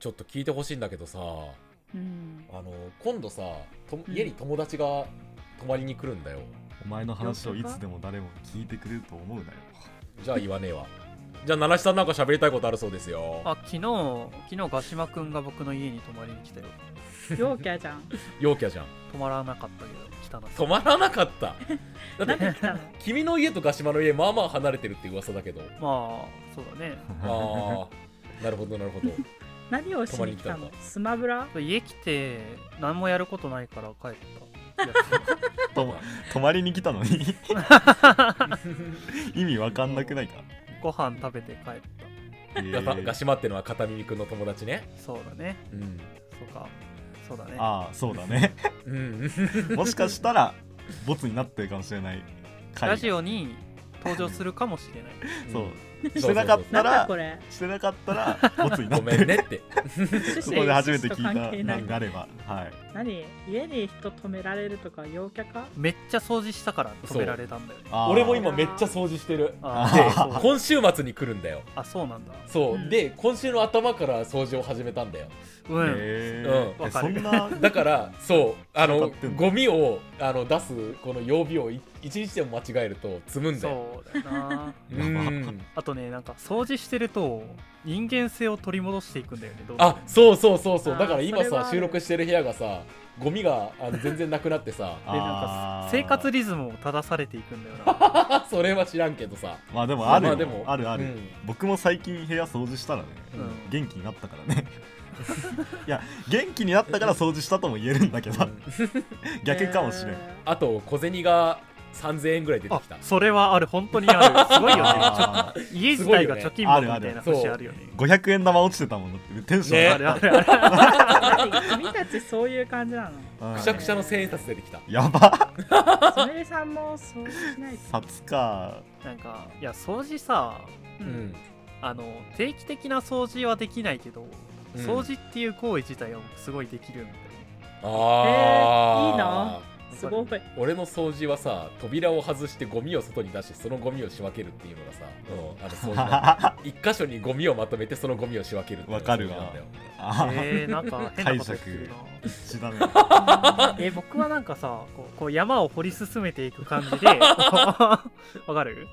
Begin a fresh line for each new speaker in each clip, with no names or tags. ちょっと聞いてほしいんだけどさあ
うん、
の今度さと
うん
家に友達が泊まりに来るんだよ、
お前の話をいつでも誰も聞いてくれると思うなよ。
じゃあ言わねえわじゃあ七七さんなんか喋りたいことあるそうですよ
あ昨日昨日ガシマくんが僕の家に泊まりに来たよ
陽キャじゃん。
陽キャじゃん
泊まらなかったけど来たな
泊まらなか っただっ
なんで
て
来た の
君の家とガシマの家まあまあ離れてるって噂だ けど
まあそうだね
ああなるほどなるほ ど
何をしに来
泊
た
まりに来たの
のスマブラ
家来て何もやることないから帰ったいや
とも泊まりに来たのに 意味わかんなくないか。
ご飯食べて帰っ
えー
ガタガシマってのは片耳くんの友達ね
たそうだね
うん
そうかそうだね
ああそうだ ね。
うん
もしかしたらボツになってるかもしれない回が。
ラジオに登場するかもしれない
そうしてなかった
なんだ
ら
こ れ
してなかっ たらボツにな
ご
って
め
る
ん。ねって
そ こで初め
趣旨
て聞
と関係な
いたの
い
であれば、はい。
何家に人止められるとか陽キャか
めっちゃ掃除したから止められたんだよね
あー
俺も今めっちゃ掃除してる
あ
で
ーそう
今週末に来るんだよ
あそうなんだ
そう、
うん
で今週の頭から掃除を始めたんだよ
うん、
う
へー
ん
えそんな
だからそうあの
戦ってんの
ゴミをあの出すこの曜日をい一日でも間違えると積むんだよ
そうだよな
ううん
あとねなんか掃除してると人間性を取り戻していくんだよねどう
あそうそうそうそう
あー
だから今
それは
さ
ある
収録してる部屋がさゴミがあの全然なくなってさ
でなんか
あー
生活リズムを正されていくん だよな
それは知らんけどさ
まあでもあるよ
まあでも
あるある、
うん
僕も最近部屋掃除したらね、
うん
元気になったからね いや元気になったから掃除したとも言えるんだけど、逆かもしれん、
え
あと小銭が3000円ぐらい出て
あ
きた
それはある本当にあ るすごいよねちょっ
あー
と家自体が貯金箱みたいな
すごいよね
節あるよね
500円玉落ちてたもんだってテンション上がった、
何君たちそういう感じ なの
うん
くしゃくしゃの千円札出てきた
やば
すみれさんもそうしないと
札か
なんかいや掃除さ
う
うんん
あの定期的な掃除はできないけど、
うん
掃除っていう行為自体は僕すごいできるんで
あー
えーいいなすごい
俺の掃除はさ扉を外してゴミを外に出してそのゴミを仕分けるっていうのがさ、うん、あの 掃除なんだよ一箇所にゴミをまとめてそのゴミを仕分けるっていうのが
わかるわ
掃除なんだよ
あー
えー、なんか変なこと言ってるな
一致だね
えー僕はなんかさこうこう山を掘り進めていく感 じでわかる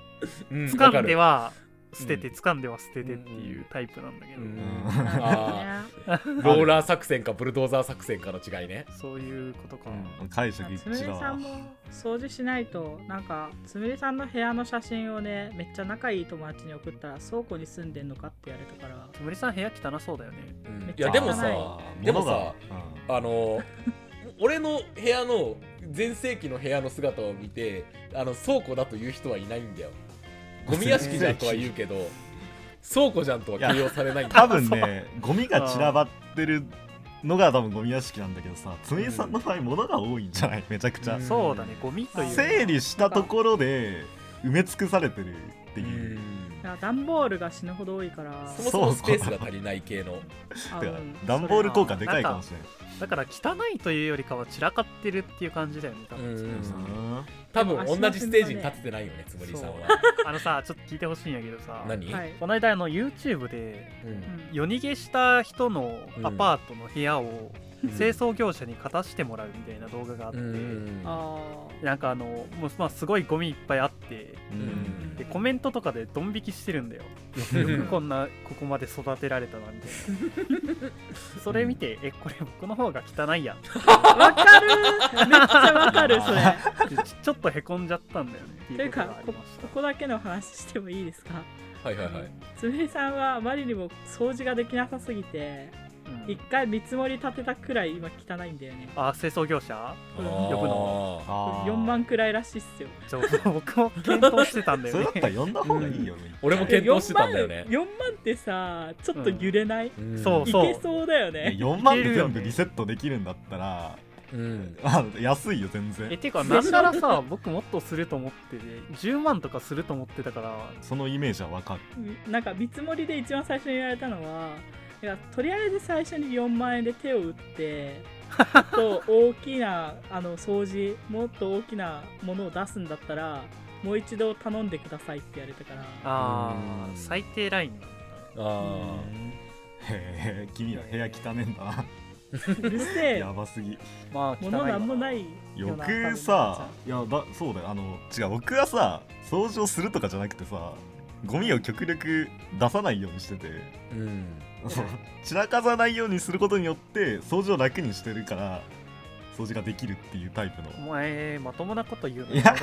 うんわ
掴
か
んで
る
は捨て
う
て
ん
掴んでは捨ててっていうタイプなんだけど、
うん
うん
あ
あ
ー ローラー作戦かブルドーザー作戦かの違いね
そういうことか、
うん解釈一
つむ
致
り
だ
さ
わ
んも掃除しないとなんかつむりさんの部屋の写真をねめっちゃ仲いい友達に送ったら倉庫に住んでんのかって言われたから
つむりさん部屋汚そうだよね
うん
めっ
い
ちゃ
やでもさ
汚
でもさ、
物が
あの俺の部屋の全盛期の部屋の姿を見てあの倉庫だという人はいないんだよゴミ屋敷じゃんとは言うけど倉庫じゃんとは形容されないんだ
多
よ
分ねゴミが散らばってるのが多分ゴミ屋敷なんだけどさつむぎさんの場合物が多いんじゃないめちゃくちゃ、
うん
そうだねゴミという
整理したところで埋め尽くされてるって
う
いう、
ん
いや段ボールが死ぬほど多いから
そもそもスペースが足りない系の
あ
てか
うん
段ボール効果でかいかもしれない
だから汚いというよりかは散らかってるっていう感じだよね多分、
うん
う
それは
ん
多分同じステージに立ててないよねつむりさんは
あのさちょっと聞いてほしいんやけどさ
何、
はい
この間あの YouTube で
うん
夜逃げした人のアパートの部屋を清掃業者に片してもらうみたいな動画があって、
うん
ああ
なんかあのもう、まあ、すごいゴミいっぱいあって
う
う
ん
ん
でコメントとかでドン引きしてるんだよ
うん
よくこんなここまで育てられたなみ たいなそれ見て、えこれ僕の方が汚いやん
わかるめっちゃわかる それ
ってちちょっとへこんじゃったんだよねって
とい
いううこと
か
があり
こ
まし
ここだけの話してもいいですか
はいはいはい
つむりさんはあまりにも掃除ができなさすぎて
た、うん
一回見積もり立てたくらい今汚いんだよね
あ清掃業者
うん
呼ぶ
の
あー
4万くらいらしいっすよ
ちょ僕も検討してたんだ
そ
よ
れだったら
ね
呼んだ方がいいよね、
俺も
いや
検討してたんだよね
4万 ,4 万ってさちょっと揺れない、
うん
そう
いけそうだよね
4万で全部リセットできるんだったら、
うん
あ安いよ全
え
然
てかなんならさ僕もっとすると思ってて10万とかすると思ってたから
そのイメージはわかる
なんか見積もりで一番最初に言われたのはいやとりあえず最初に4万円で手を打って もっと大きなあの掃除もっと大きなものを出すんだったらもう一度頼んでくださいって言われたから
あー
うん
最低ライン
あ
へえ君ら部屋汚ねえんだな
うるせえ
やばすぎ
まあ汚い
物
わ
なんもないよ
よ
うな
くさいやだそうだよあの違う僕はさ掃除をするとかじゃなくてさゴミを極力出さないようにしてて
うん
そう 散らかさないようにすることによって掃除を楽にしてるから掃除ができるっていうタイプの
お前まともなこと言うの
いや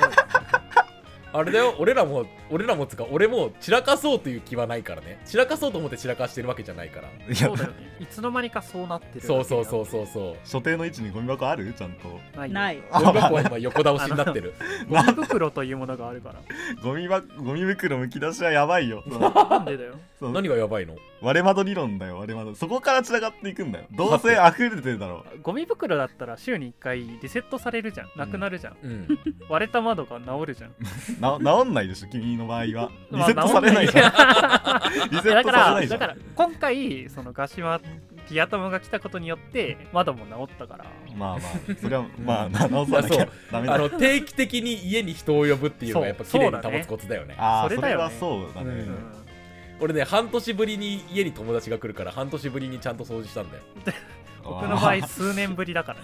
あれだよ俺らも俺らもつうか俺も散らかそうという気はないからね散らかそうと思って散らかしてるわけじゃないから
いや
そうだよねいつの間にかそうなってる
そうそうそうそうそう
所定の位置にゴミ箱あるちゃん と
うないよ
ない
ゴミ箱は今横倒しになってる
ゴミ袋というものがあるから
ゴミ箱ゴミ袋むき出しはやばいよ
なんでだよ
そう
何がやばいの
割れ窓理論だよ割れ窓そこから散らかっていくんだよどうせ溢れてるだろ
ゴミ袋だったら週に1回リセットされるじゃんなくなるじゃん、
うん
割れた窓が治るじゃん
うな治んないでしょ君の場合はリセ
まあ
ットされないじゃん リセ
いや
ッ
だ
トされ
か
な
ら
いじゃ
だ
ん
から今回そのガシマピア友が来たことによって窓も治ったから
まあまあそれはまあな直さなき
ま
ゃ
あそ
ダメだ
あの定期的に家に人を呼ぶっていうのがやっぱ綺麗に保つコツだよね
ああそ
それだ
れ
よ
は
ね
そうだね、
うん
うん
俺ね半年ぶりに家に友達が来るから半年ぶりにちゃんと掃除したんだよ
僕の場合数年ぶりだか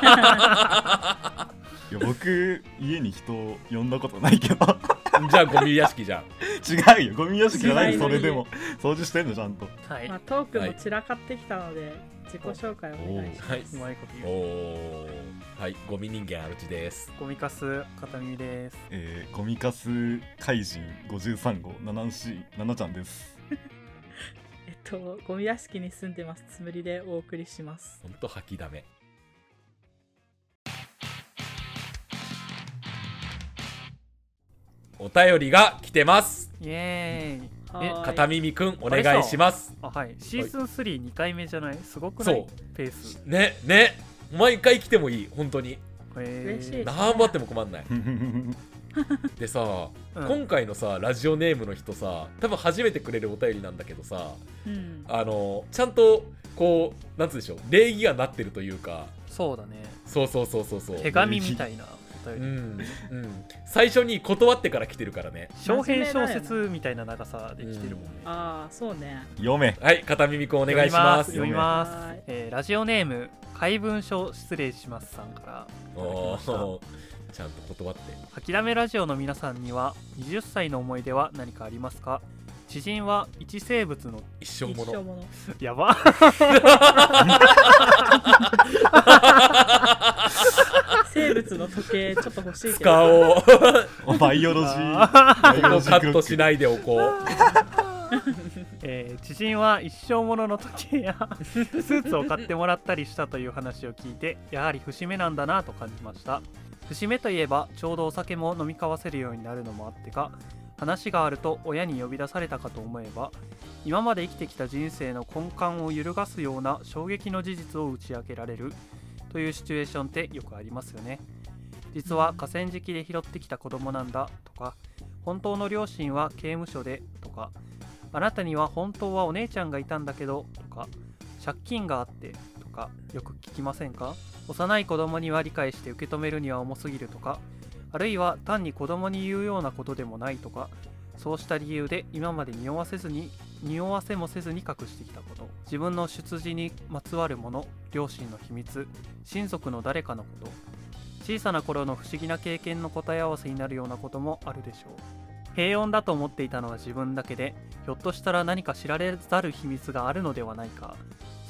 らね
いや僕家に人を呼んだことないけど
じゃあゴミ屋敷じゃん
違うよゴミ屋敷じゃない
違う
よ
よ
それでも掃除してんのちゃんと
はい
まあ、トーク
は
も
い
散らかってきたので、自己紹介をお願いしま
はい、
うまいこ
お
と言う
おーはいゴミ人間アルチです
ゴミカス片耳です
えー、ゴミカス怪人53号七七七ちゃんです
す。えっと、ゴミ屋敷に住んでます。つむりでお送りします。
ほんと吐きだめお便りが来てます
イエーイ
はーい
片耳くんお願いします
あはいシーズン32回目じゃないすごくな
そ
いペース
ねね毎回来てもいい本当に
へー
嬉しい
何張っても困んないでさ、
うん
今回のさラジオネームの人さ多分初めてくれるお便りなんだけどさ
うん。
あのちゃんとこうなんつうでしょう礼儀がなってるというか
そうだね
そうそうそうそうそう
手紙みたいなお
う
便り
ん、うん、最初に断ってから来てるからね
小編小説みたいな長さできてるもんね
うん
ああ、そうね。
読め
はい片耳くんお願いします
読みます読
は
みま
い
す、えーラジオネーム怪文書失礼しますさんから
お
いただきました
ーちゃんと断って
諦めラジオの皆さんには20歳の思い出は何かありますか知人は一生物の
一生
一
も
生
の
もの。
やば
生物の時計、ちょっと欲しいけ
使
ど。
おうこ
バイオロジーバイオロ
こ
ジ
カ
ー
ッ
クロ
ト
ック
しないでおこ う
えー知人は一生ものの時計や スーツを買ってもらったりしたという話を聞いてやはり節目なんだなと感じました節目といえばちょうどお酒も飲み交わせるようになるのもあってか話があると親に呼び出されたかと思えば今まで生きてきた人生の根幹を揺るがすような衝撃の事実を打ち明けられるというシチュエーションってよくありますよね実は河川敷で拾ってきた子供なんだとか本当の両親は刑務所でとかあなたには本当はお姉ちゃんがいたんだけどとか借金があってとかよく聞きませんか幼い子供には理解して受け止めるには重すぎるとかあるいは単に子供に言うようなことでもないとかそうした理由で今まで匂わせずに匂わせもせずに隠してきたこと自分の出自にまつわるもの両親の秘密親族の誰かのこと小さな頃の不思議な経験の答え合わせになるようなこともあるでしょう平穏だと思っていたのは自分だけでひょっとしたら何か知られざる秘密があるのではないか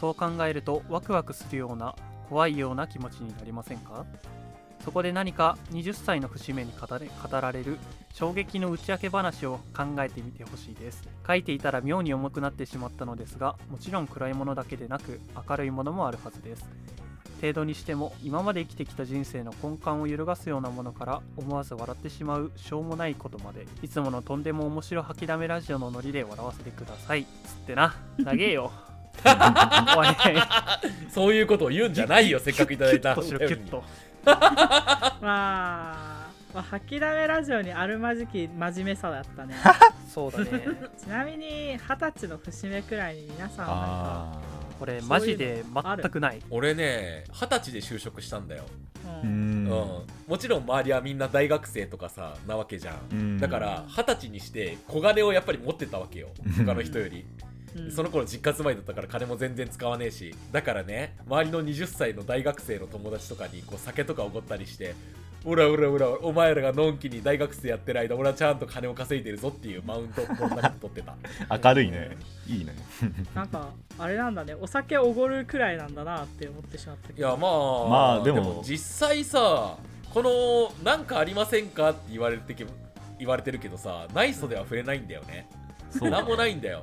そう考えるとワクワクするような怖いような気持ちになりませんかそこで何か20歳の節目に語れ語られる衝撃の打ち明け話を考えてみてほしいです書いていたら妙に重くなってしまったのですがもちろん暗いものだけでなく明るいものもあるはずです程度にしても今まで生きてきた人生の根幹を揺るがすようなものから思わず笑ってしまうしょうもないことまでいつものとんでも面白吐きだめラジオのノリで笑わせてくださいつってな長えよおい
そういうことを言うんじゃないよせっかくいただいた
キュッとしろキュッと
まあ、まあ、吐きだめラジオにあるまじき真面目さだったね。
そうだね
ちなみに、二十歳の節目くらいに皆さんはなんか
あ
こ
そうい
れ
うの
マジで全くない
俺ね二十歳で就職したんだよ、
ー
う
うん
う
んんもちろん周りはみんな大学生とかさなわけじゃん、
うん
だから二十歳にして小金をやっぱり持ってたわけよ他の人より、
うん
その頃実家住まいだったから金も全然使わねえしだからね周りの20歳の大学生の友達とかにこう酒とかおごったりして「おらおらおらお前らがのんきに大学生やってる間俺はちゃんと金を稼いでるぞ」っていうマウントをこんなこと取って た
明るいねいいね
なんかあれなんだねお酒おごるくらいなんだなって思ってしまった
い
けど
やまあ
まあでも
実際さこの「なんかありませんか?」って言われてけ言われてるけどさ内装では触れないんだよね
そう
何もないんだよ、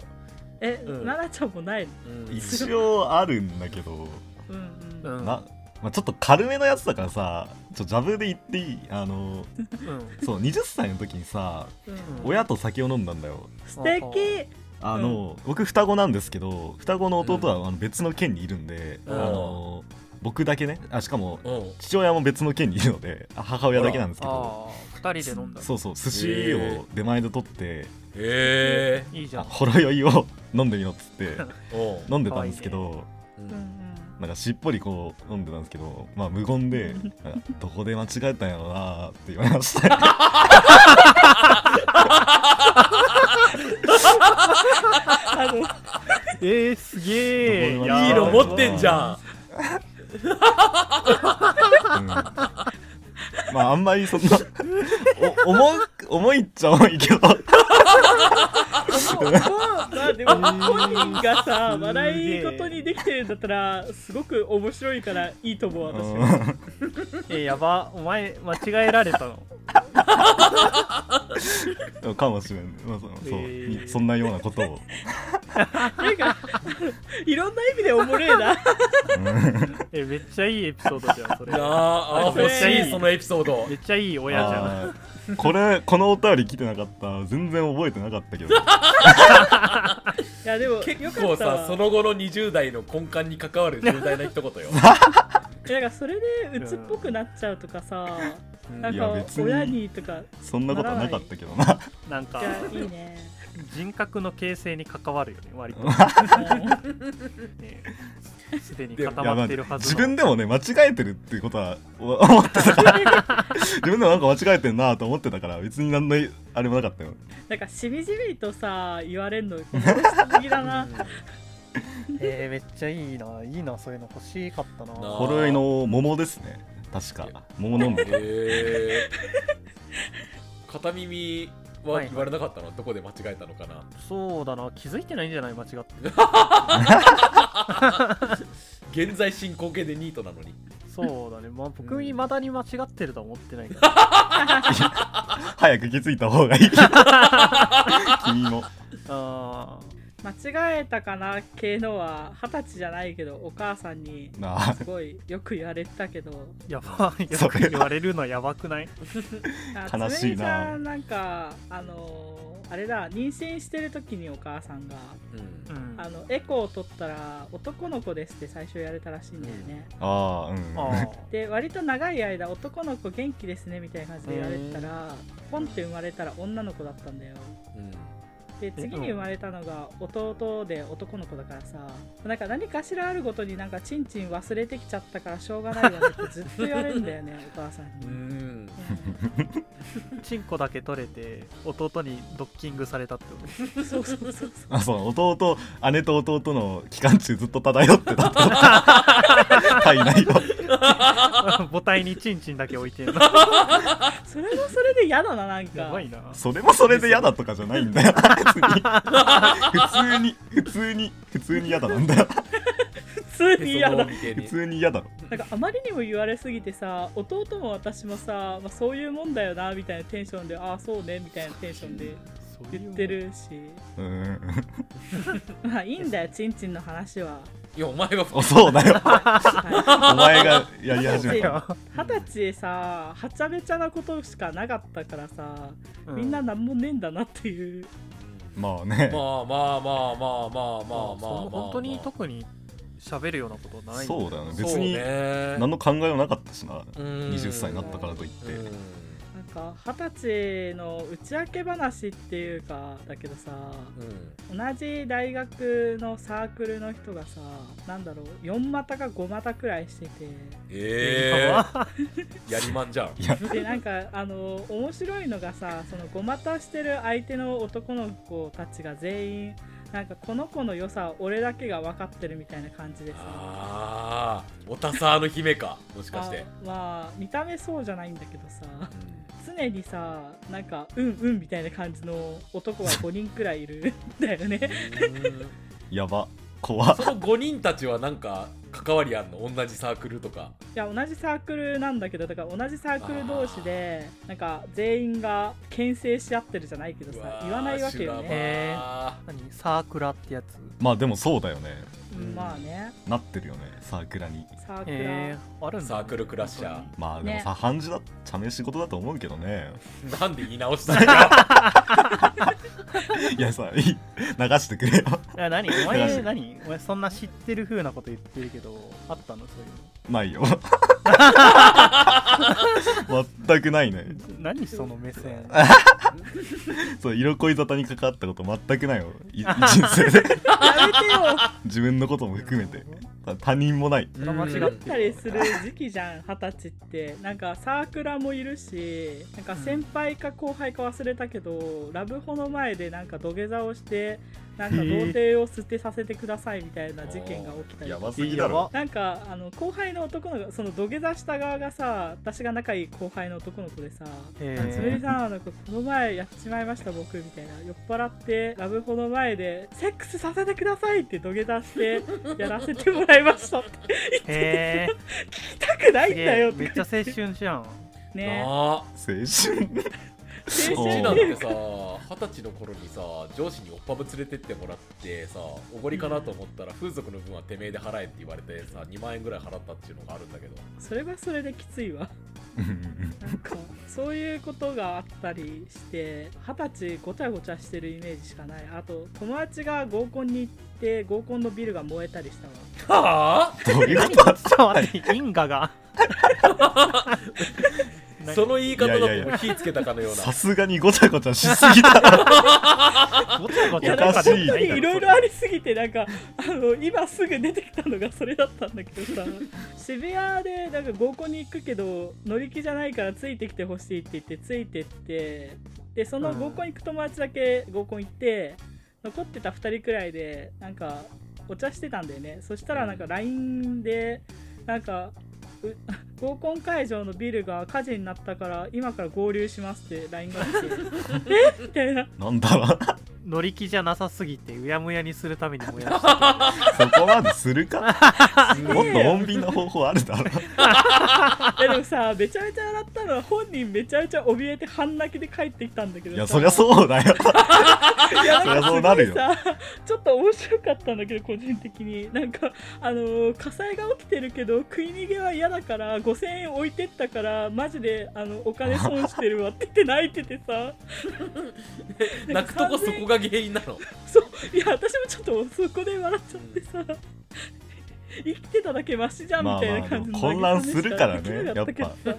え、
うん
奈々ちゃんもないの
うん、
一応あるんだけど
うんう
うんん
な、まあ、ちょっと軽めのやつだからさちょジャブで言っていいあの
うん
そう20歳の時にさ
うん
親と酒を飲んだんだよ
素敵
あの、僕双子なんですけど双子の弟はあの別の県にいるんで、
うん
あの僕だけねあしかも
うん
父親も別の県にいるのであ母親だけなんですけど
ああ2人で飲んだ
そうそう寿司を出前で取って、
へえ
いいじゃ
あ
ん
ほろ酔いを飲んでみようっつ って
おう
飲んでたんですけど
うん
うん
なんかしっぽりこう飲んでたんですけどまあ無言で「なんかどこで間違えたんやろうな」って言われま した
あの
えー、すげえ
どこでも
いいの持ってんじ
ん
ゃん
うんまああんまりそんなお重く重いっちゃ重いけど
そうまあでも本人がさ笑い事にできてるんだったらすごく面白いからいいと思う私は
えー、やばお前間違えられたの
うんかもしれん、まあ、そうそう、
えー
そんなようなことを
なんかいろんな意味でおもれえな
えーめっちゃいいエピソードじゃんそれ
いやーあー
めっ
欲
ちゃいい
しいそのエピソー ド
めっちゃいい 親じゃん
あーこれこのお便り来てなかった全然覚えてなかったけど
いやでもよ
結
か
構
っ
さ
たわ
その後の20代の根幹に関わる重大な一言よ
なんかそれで鬱っぽくなっちゃうとかさ
うん
なん
い
か
や別に
親にとか
そんなことはなかったけど な
なんか
いやいいね
人格の形成に関わるよね割とね すでに固
いやま
ま
あ
ってるはず
自
の
分でもね間違えてるってことはお思ってたから 自分でもなんか間違えてんなと思ってたから別に何のあれもなかったよ
なんかしみじみとさ言われ るの不思議だな
えー、めっちゃいいないいなそういうの欲しかったな
なあ
ほろ酔いの桃ですね確か桃飲む
へえ片耳は言われなかったのどこで間違えたのかな
そうだな気づいてないんじゃない間違って
現在進行形でニートなのに
そう だねまあ
う
僕
ん
いまだに間違ってるとは思ってない から
早く気づいた方がいい 君も
あー
間違えたかな系のは二十歳じゃないけどお母さんに
なあ
すごいよく言われてたけど
やば いよ
そ
く
れは
言われるのやばくない
あ
悲し
つむ
いな
ぎさんなんかあのーあれだ妊娠してる時にお母さんが
うん
うん
あのエコーを取ったら男の子ですって最初やれたらしいんだよね、
ああう
あ
ん
ー
で割と長い間男の子元気ですねみたいな感じで言われてたらポンって生まれたら女の子だったんだよで次に生まれたのが弟で男の子だからさなんか何かしらあるごとになんかチンチン忘れてきちゃったからしょうがないよねってずっと言われるんだよね お母さんに、
う
うん
ん
チンコだけ取れて弟にドッキングされたって こと
そうそうそうそう
あそう弟姉と弟の期間中ずっと漂ってたってこと体内を
母体にチンチンだけ置いてんの
それもそれで嫌だななんか
やばいな
それもそれで嫌だとかじゃないんだよ別に普通に普通に普通に嫌だなんだよ
普通に嫌だ
へその恩恵
普
に
通に嫌だろ
なんかあまりにも言われすぎてさ弟も私もさ、まあ、そういうもんだよなみたいなテンションでああそうねみたいなテンションで
そういう
言ってるし
うん
まあいいんだよちんちんの話は
いやお前は
あそうだよ
は
お前がやり始めた
や
い二十歳でさはちゃめちゃなことしかなかったからさ、
う
みんな何もねえんだなっていう
まあね、
まあまあまあまあまあまあまあまあまあ
そんな本当に特に喋るようなことない
そうだよね
そう
別に
ね
何の考えもなかったしな、
うん
20歳になったからといって、
うん
なんか二十歳の打ち明け話っていうかだけどさ
うん
同じ大学のサークルの人がさなんだろう4股か5股くらいしてて
ええやりまんじゃん
でなんかあの面白いのがさそのごまたしてる相手の男の子たちが全員なんかこの子の良さを俺だけが分かってるみたいな感じですね
ああおたさの姫かもしかして、
あまあ見た目そうじゃないんだけどさ常にさなんかうんうんみたいな感じの男が5人くらい いるんだよね
うん
やば怖っ
その5人たちはなんか関わりあんの同じサークルとか
いや同じサークルなんだけどだから同じサークル同士でなんか全員が牽制し合ってるじゃないけどさ言わないわけよ
う
ね
わ
へ
ー
何サークラってやつ
まあでもそうだよね
うんまあね
なってるよねサークラに
サークラ、
えー、あるんだね
サークルクラッシャー
本
まあでも
ね
さ、半時だ茶飯事だと思うけどね
修羅場なんで言い直したん だ
いやさいい流してくれよ
当にいや何お
クラッシャー
前何お前そんな知ってる風なこと言ってるけどあったのそうい
ないよ全くないね
うの何その目線
そう色恋沙汰に関わったこと全くないよい人生 で
やめてよ
自分のことも 含めて他人もない
れは間違って
うん
作ったりする時期じゃん二十歳ってなんかサークラもいるしなんか先輩か後輩か忘れたけど、ラブホの前でなんか土下座をしてなんか童貞を捨てさせてくださいみたいな事件が起きたり
や
と
ば
か
すぎだろ
なんかあの後輩の男の子その土下座した側がさ私が仲いい後輩の男の子でさ
え
それでさなんかこの前やっちまいました僕みたいな酔っ払ってラブホの前でセックスさせてくださいって土下座してやらせてもらいましたって
ー、へー
痛く ないん
すげ
だよ
え
って
めっちゃ青春じゃん
ね
なあ
青春
青
うち
春
なん
お
てさ二十歳の頃にさ上司におっぱぶ連れてってもらってさおごりかなと思ったら風俗の分はてめえで払えって言われてさ2万円ぐらい払ったっていうのがあるんだけど
それはそれできついわなんかそういうことがあったりして二十歳ごちゃごちゃしてるイメージしかないあと友達が合コンに行って合コンのビルが燃えたりしたわ
はあ
どういうこ
何ちょっと待って因 果が何
その言い方だ
いやいやい
と
や
火つけたかのよ
と
うな
さすがにごちゃごちゃしすぎだ
ごちゃごちゃ
おかしい
とかじゃないから
いろいろありすぎてなんかあの今すぐ出てきたのがそれだったんだけどさ渋谷でなんか合コンに行くけど乗り気じゃないからついてきてほしいって言ってついてってでその合コン行く友達だけ合コン行って残ってた2人くらいでなんかお茶してたんだよねそしたらなんか LINE でなんかう合コン会場のビルが火事になったから今から合流しますって LINE が来 てえみたいな
なんだろう
乗り気じゃなさすぎてうやむやにするために燃やした
そこまでするか
うん
もっと穏便な方法あるだろ
いやでもさめちゃめちゃ笑ったのは本人めちゃめちゃ怯えて半泣きで帰ってきたんだけど
い
さ
やそりゃそうだよ
いや
そりゃそうなるよ
んかすごいさちょっと面白かったんだけど個人的になんかあのー火災が起きてるけど食い逃げは嫌だから5000円置いてったからマジであのお金損してるわって言って泣いててさ
泣くとこそこが原因なの
そういや私もちょっとそこで笑っちゃってさ生きてただけマシじゃんみたいな感じの
まあまあ混乱するからね
投げ込みだたけどさ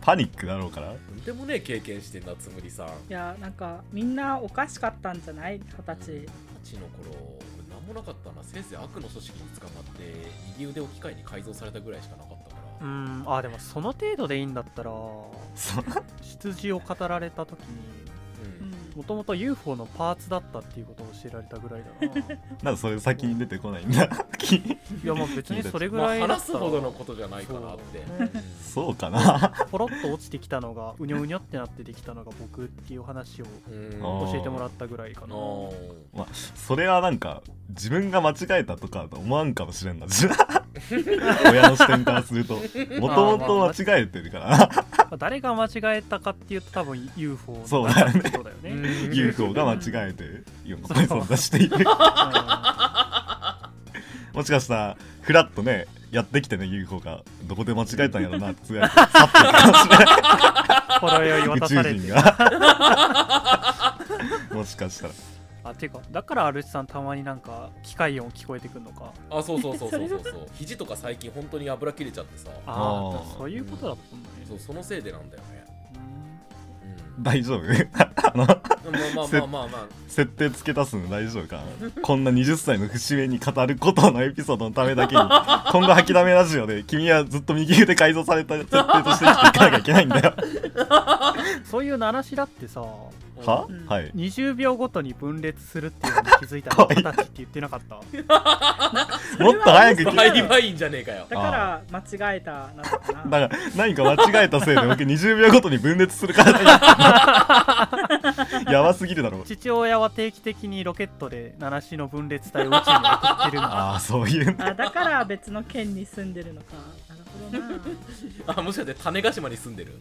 パニックだろうから
でもね経験してんなつむりさん
いやなんかみんなおかしかったんじゃない二
二
十
十歳の頃俺何もなかったなせいぜい悪の組織に捕まって右腕を機械に改造されたぐらいしかなかったから
うーんあでもその程度でいいんだったら
そう
出自を語られた時に
歳、うん
もともと UFO のパーツだったっていうことを教えられたぐらいだな
なんでそれ先に出てこないんだ
いやもう別にそれぐ
まあ
らいだったら、
話すほどのことじゃないかなって
そうね
そうかな
ポロッと落ちてきたのがうにょうにょってなってできたのが僕っていう話を
うん
あ
教えてもらったぐらいかな
あ
それはなんか自分が間違えたとか思わんかもしれんな 親の視点からするともともと間違えてるから
まあ誰が間違えたかっていうと多分 UFO の
そうだよね
ことだよねうん
UFO が間違えて今ここに存在しているもしかしたらフラッとねやってきてね UFO がどこで間違えたんやろなってつぶやいて去っていくかもしれない
ほろ酔い渡され
宇宙
て
人が もしかしたら
あていうかだからアルチさんたまになんか機械音聞こえてくるのか
あそうそうそうそうそうそう肘とか最近本当に油切れちゃってさ
あ
あー
あそういうことだったんだね
そうそのせいでなんだよね、
う
う
ん
ん
大丈夫あの
まあまあまあまあまあ
設定付け足すの大丈夫かなこんな20歳の節目に語ることのエピソードのためだけ に今後吐きだめラジオで君はずっと右腕改造された設定として生きていかなきゃいけないんだよ
そういう七しらってさ
は
うん
はい
20秒ごとに分裂するっていうのに気づいた の
はい
二十歳って言ってなかった
もっと早く
そ
バ
れは
聞け
嘘
イバインじゃねえか よ
だから間違えたなのかな
だから何か間違えたせいで僕20秒ごとに分裂するからやばすぎるだろ
父親は定期的にロケットで七しの分裂体を宇宙に送ってるんだ
ああそういう
あだから別の県に住んでるのかなるほど な
あもしかして種子島に住んでる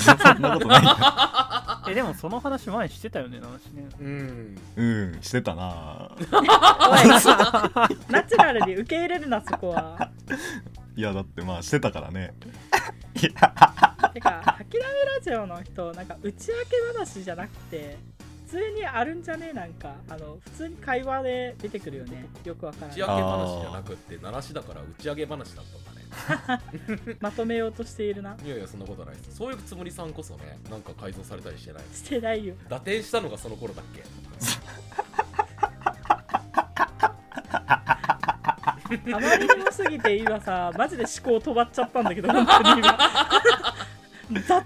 そんなことないな
えでもその話前にしてたよね七しね
うん
うんしてたな
ナチュラルに受け入れるなそこはい
やだってまあしてたからねいや
てか「諦めラジオ」の人なんか打ち明け話じゃなくて普通にあるんじゃねえなんかあの普通に会話で出てくるよねよくわから
打
な
ち
い
上げ話じゃなくって鳴らしだから打ち上げ話だったんだね
まとめようとしているない
やいやそんなことないですそういうつもりさんこそねなんか改造されたりしてない
してないよ
打点したのがその頃だっけ
あまりにもすぎて今さマジで思考止まっちゃったんだけど本当に今雑じゃね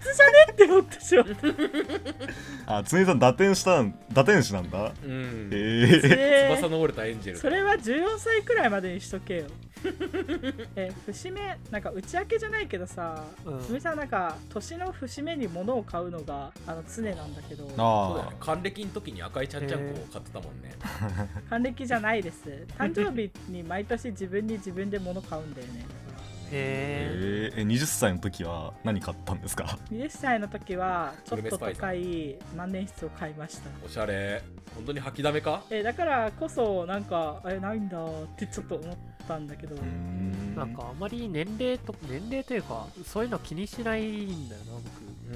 って思ってしまった
あつねさん打点したん打点師なんだ
うん
ええ
翼の折れたエンジェル
それは14歳くらいまでにしとけよえ節目なんか打ち明けじゃないけどさ、
う
うんさんなんか年の節目に物を買うのがあの常なんだけど
そうだよ
あ
ね還暦の時に赤いちゃんちゃんこを買ってたもんね
還暦じゃないです誕生日に毎年自分に自分で物買うんだよね
え
へ
ええ20歳の時は何買ったんですか
20歳の時はちょっと
グルメスパ
高い万年筆を買いました
おしゃれ本当に吐きだめか
えだからこそなんかえないんだってちょっと思ったんだけど、
うーん
えなんかあまり年齢と年齢というかそういうの気にしないんだよ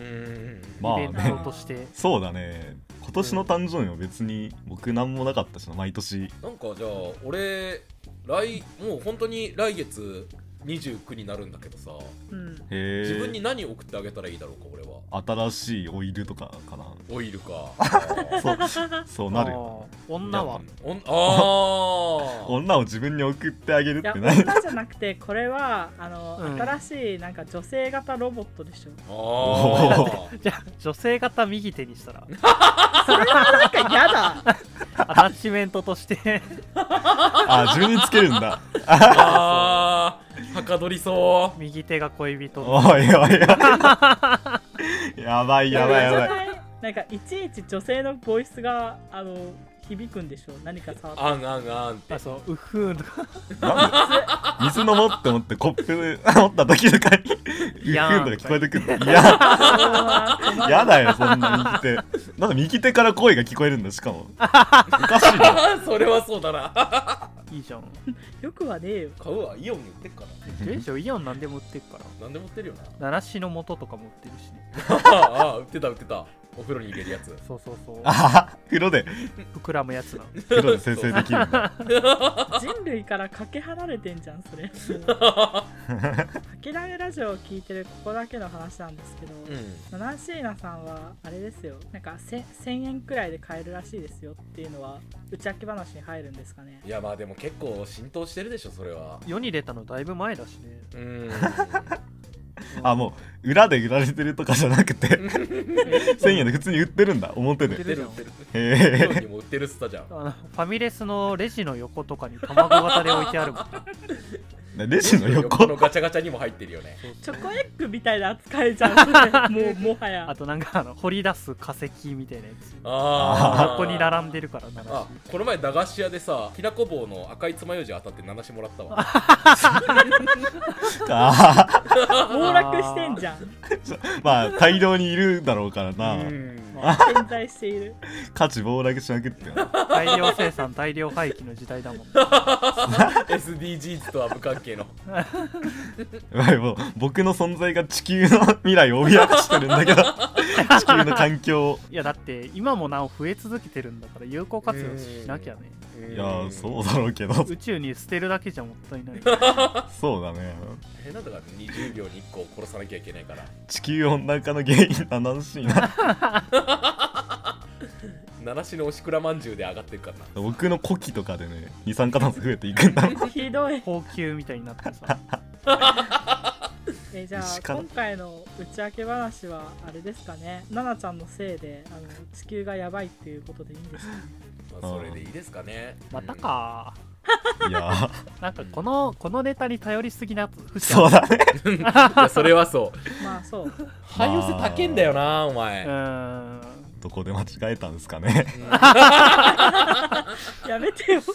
な
うーん
まあ
僕
ね
イベントとして
そうだね今年の誕生日も別に僕何もなかったしな毎年
なんかじゃあ俺来もう本当に来月29になるんだけどさ
うん、
へえ
自分に何送ってあげたらいいだろうか俺は
新しいオイルとかかな
オイルか
そうそうなるよ
あー女は
おん あー
女を自分に送ってあげるっ
いや
て何
女じゃなくてこれはあの、
うん
新しいなんか女性型ロボットでしょ
あ
お
ー
じゃあ女性型右手にした ら
それはなんか嫌だ
アタッチメントとして
あ自分につけるんだ
あーはかどりそう
右手が恋人
おいおいおいやばいやばいやばい
いなんかいちいち女性のボイスがあの響くんでしょ何か触って
あんあんあんって
あそうウフーンとか
なんで水 飲もうって思ってコップで持った時とかに
い
い
や
や
ー
ーンとか聞こえてくるのいや
あ
やだよそんな右手なんか右手から声が聞こえるんだしかもおかしいよ
あーそれはそうだな
い いじゃん
よくはねえよ
買うわイオンに売ってっから
でしょイオン何でも売ってるから
何でも売ってるよな
七しの元とかも売ってるしね
あーあー売ってた売ってたお風呂に入れるやつ
そうそうそう
あはは風呂で
膨らむやつなの
風呂で生成できる んだ
人類からかけ離れてんじゃん それ諦めラジオを聞いてるここだけの話なんですけど、
うん
ナンシーナさんはあれですよなんかせ1000円くらいで買えるらしいですよっていうのは打ち明け話に入るんですかね
いやまあでも結構浸透してるでしょそれは
世に出たのだいぶ前だしね
うーん
あもう裏で売られてるとかじゃなくて1000円で普通に売ってるんだ表
売っ
で
てる売ってるイ
へ
オンにも売ってるっつったじゃ ん
あのファミレスのレジの横とかに卵型で置いてあ るもんな
えレジの
横
横
のガチャガチャにも入ってるよね
チョコエッグみたいな扱いじゃんもうもはや
あとなんかあの掘り出す化石みたいなやつ
ああ
箱に並んでるからな
あこの前駄菓子屋でさきなこ棒の赤い爪楊枝当たって七しもらったわ
あ
暴落してんじゃん
ーまあ大量にいるだろうからな
うん
点在している
価値暴落しまくってよ
大量生産大量廃棄の時代だもん
SDGs とは無関係の
やばいもう僕の存在が地球の未来を脅かしてるんだ けど地球の環境を
いやだって今もなお増え続けてるんだから有効活用しなきゃね
いやー
う
そうだろうけど
宇宙に捨てるだけじゃもったいない
そうだね
変なんだから20秒に1個殺さなきゃいけないから
地球温暖化の原因楽しいな
七しのおしくらまんじゅうで上がってるからな
僕の呼気とかでね 二酸化炭素増えていくんだ
ひどい
高級みたいになってさ
えーじゃ
石
あ
川
今回の打ち明け話はあれですかね奈々ちゃんのせいであの地球がやばいっていうことでいいんです かね
まあそれでいいですかね
またか
いやー
なんかこのこのネタに頼りすぎな節
そう
あ
だね
うんいやそれはそう
まあそう
汎用性高えんだよなお
る
前、
うーん
どこで間違えたんですかね
うん
やめてよ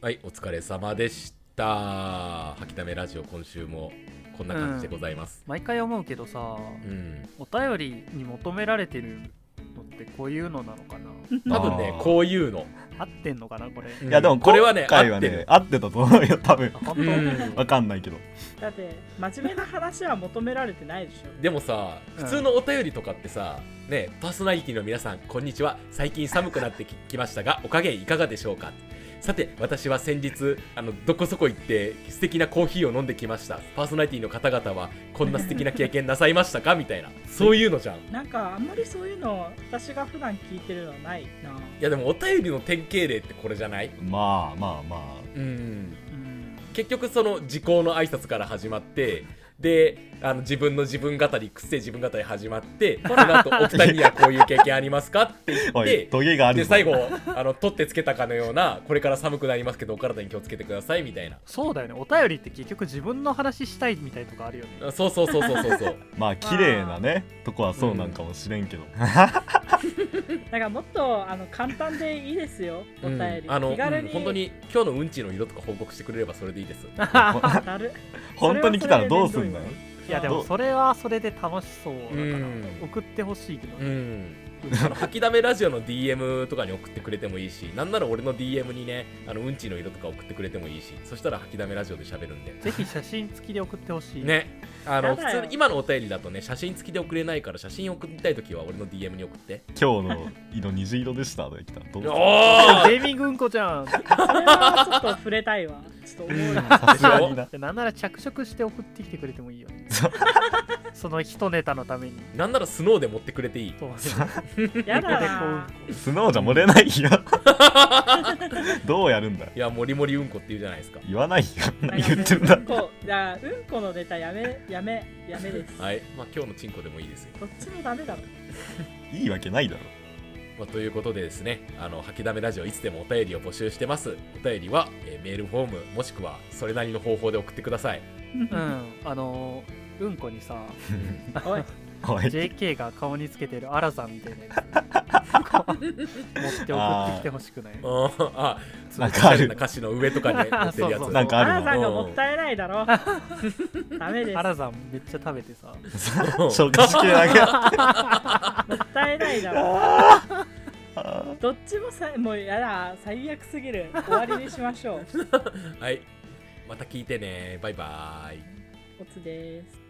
はい、お疲れ様でした。はきためラジオ、今週もこんな感じでございます。
毎回思うけどさ
うん。
お便りに求められてるのってこういうのなのかな
多分ね
あ、ー
こういうの。
合ってんのかなこれ
うん
いやでも
こ
こ
れ
れ
は
は
ね
ね回は
合ってる
ね合ってたと思うよ多分
あ本
う
当、
ん
わかんないけど
だって真面目な話は求められてないでしょ
でもさ、
うん
普通のお便りとかってさ、ね、パーソナリティの皆さん、こんにちは。最近寒くなってききましたが、お 加減いかがでしょうかさて、私は先日、あの、どこそこ行って、素敵なコーヒーを飲んできました。パーソナリティの方々は、こんな素敵な経験なさいました かみたいな。そういうのじゃん。
なんかあんまりそういうの私が普段聞いてるのはないない
や、でもお便りの典型例ってこれじゃない
まあまあま
うん。
うん
結局その時効の挨拶から始まってであの自分の自分語りくっせえ自分語り始まってその後お二人にはこういう経験ありますかって
あお
で
いトゲがある
で
ぞ
最後あの取ってつけたかのようなこれから寒くなりますけどお体に気をつけてくださいみたいな
そうだよねお便りって結局自分の話したいみたいとかあるよね
そうそうそうそうそうそう
まあ綺麗なねとこはそうなんかもしれんけど、
だからもっとあの簡単でいいですよ お
うん
便り、
あの、
気軽
うん
に、
本当に今日のうんちの色とか報告してくれればそれでいい です
当たる
本当に来たらどうすんのよ
いやで
ど
も
う
それはそれで楽しそうだか
う
ら
ん
送ってほしいけど
う
ね
んあの吐きだめラジオの DM とかに送ってくれてもいいしなんなら俺の DM にねあのうんちの色とか送ってくれてもいいしそしたら吐きだめラジオで喋るんで
ぜひ写真付きで送ってほしい
ねあの
や
普
だよ
通今のお便りだとね写真付きで送れないから写真送りたい時は俺の DM に送 って
今日の色虹色でしたできたらどう
お
する
ー
ゲーミングうんこじゃん
それはちょっと触れたいわちょっと思うな
さすがにな
でなんなら着色して送ってきてくれてもいいよねその一ネタのために
なんならスノーで持ってくれていい
そう
やだ
猫猫うん
な
こ
スノーじゃ漏れないよ どうやるんだよ
いやもりもりうんこって言うじゃないですか
言わないよ
なん
何
か
言っ てんだ
うんこじゃあうんこのネタやめやめやめです、
はいまあ今日のチンコでもいいですよ、
こっちもダメだろ
いいわけないだろ
まあ、ということでですねあの吐きだめラジオいつでもお便りを募集してますお便りは、えーメールフォームもしくはそれなりの方法で送ってください
うんあのーうんこにさ
おい
おい
JK が顔につけてるアラザンみたいなやつ持って送ってきてほしくない
あーあ
なん
おし
か
ゃ
あ
れな
る
歌詞の上とかに載っ てるや
そうそうそう
つ
なんか
ア
あ
ラ
る
さん
な
がもったいないだろダメです
ア
もっ
ラザンめっちゃ食べてさ
消化しきれなくなった
たいないだろどっちもさもうやだ最悪すぎる終わりにしましょう
はいまた聞いてねバイバーイ
おつです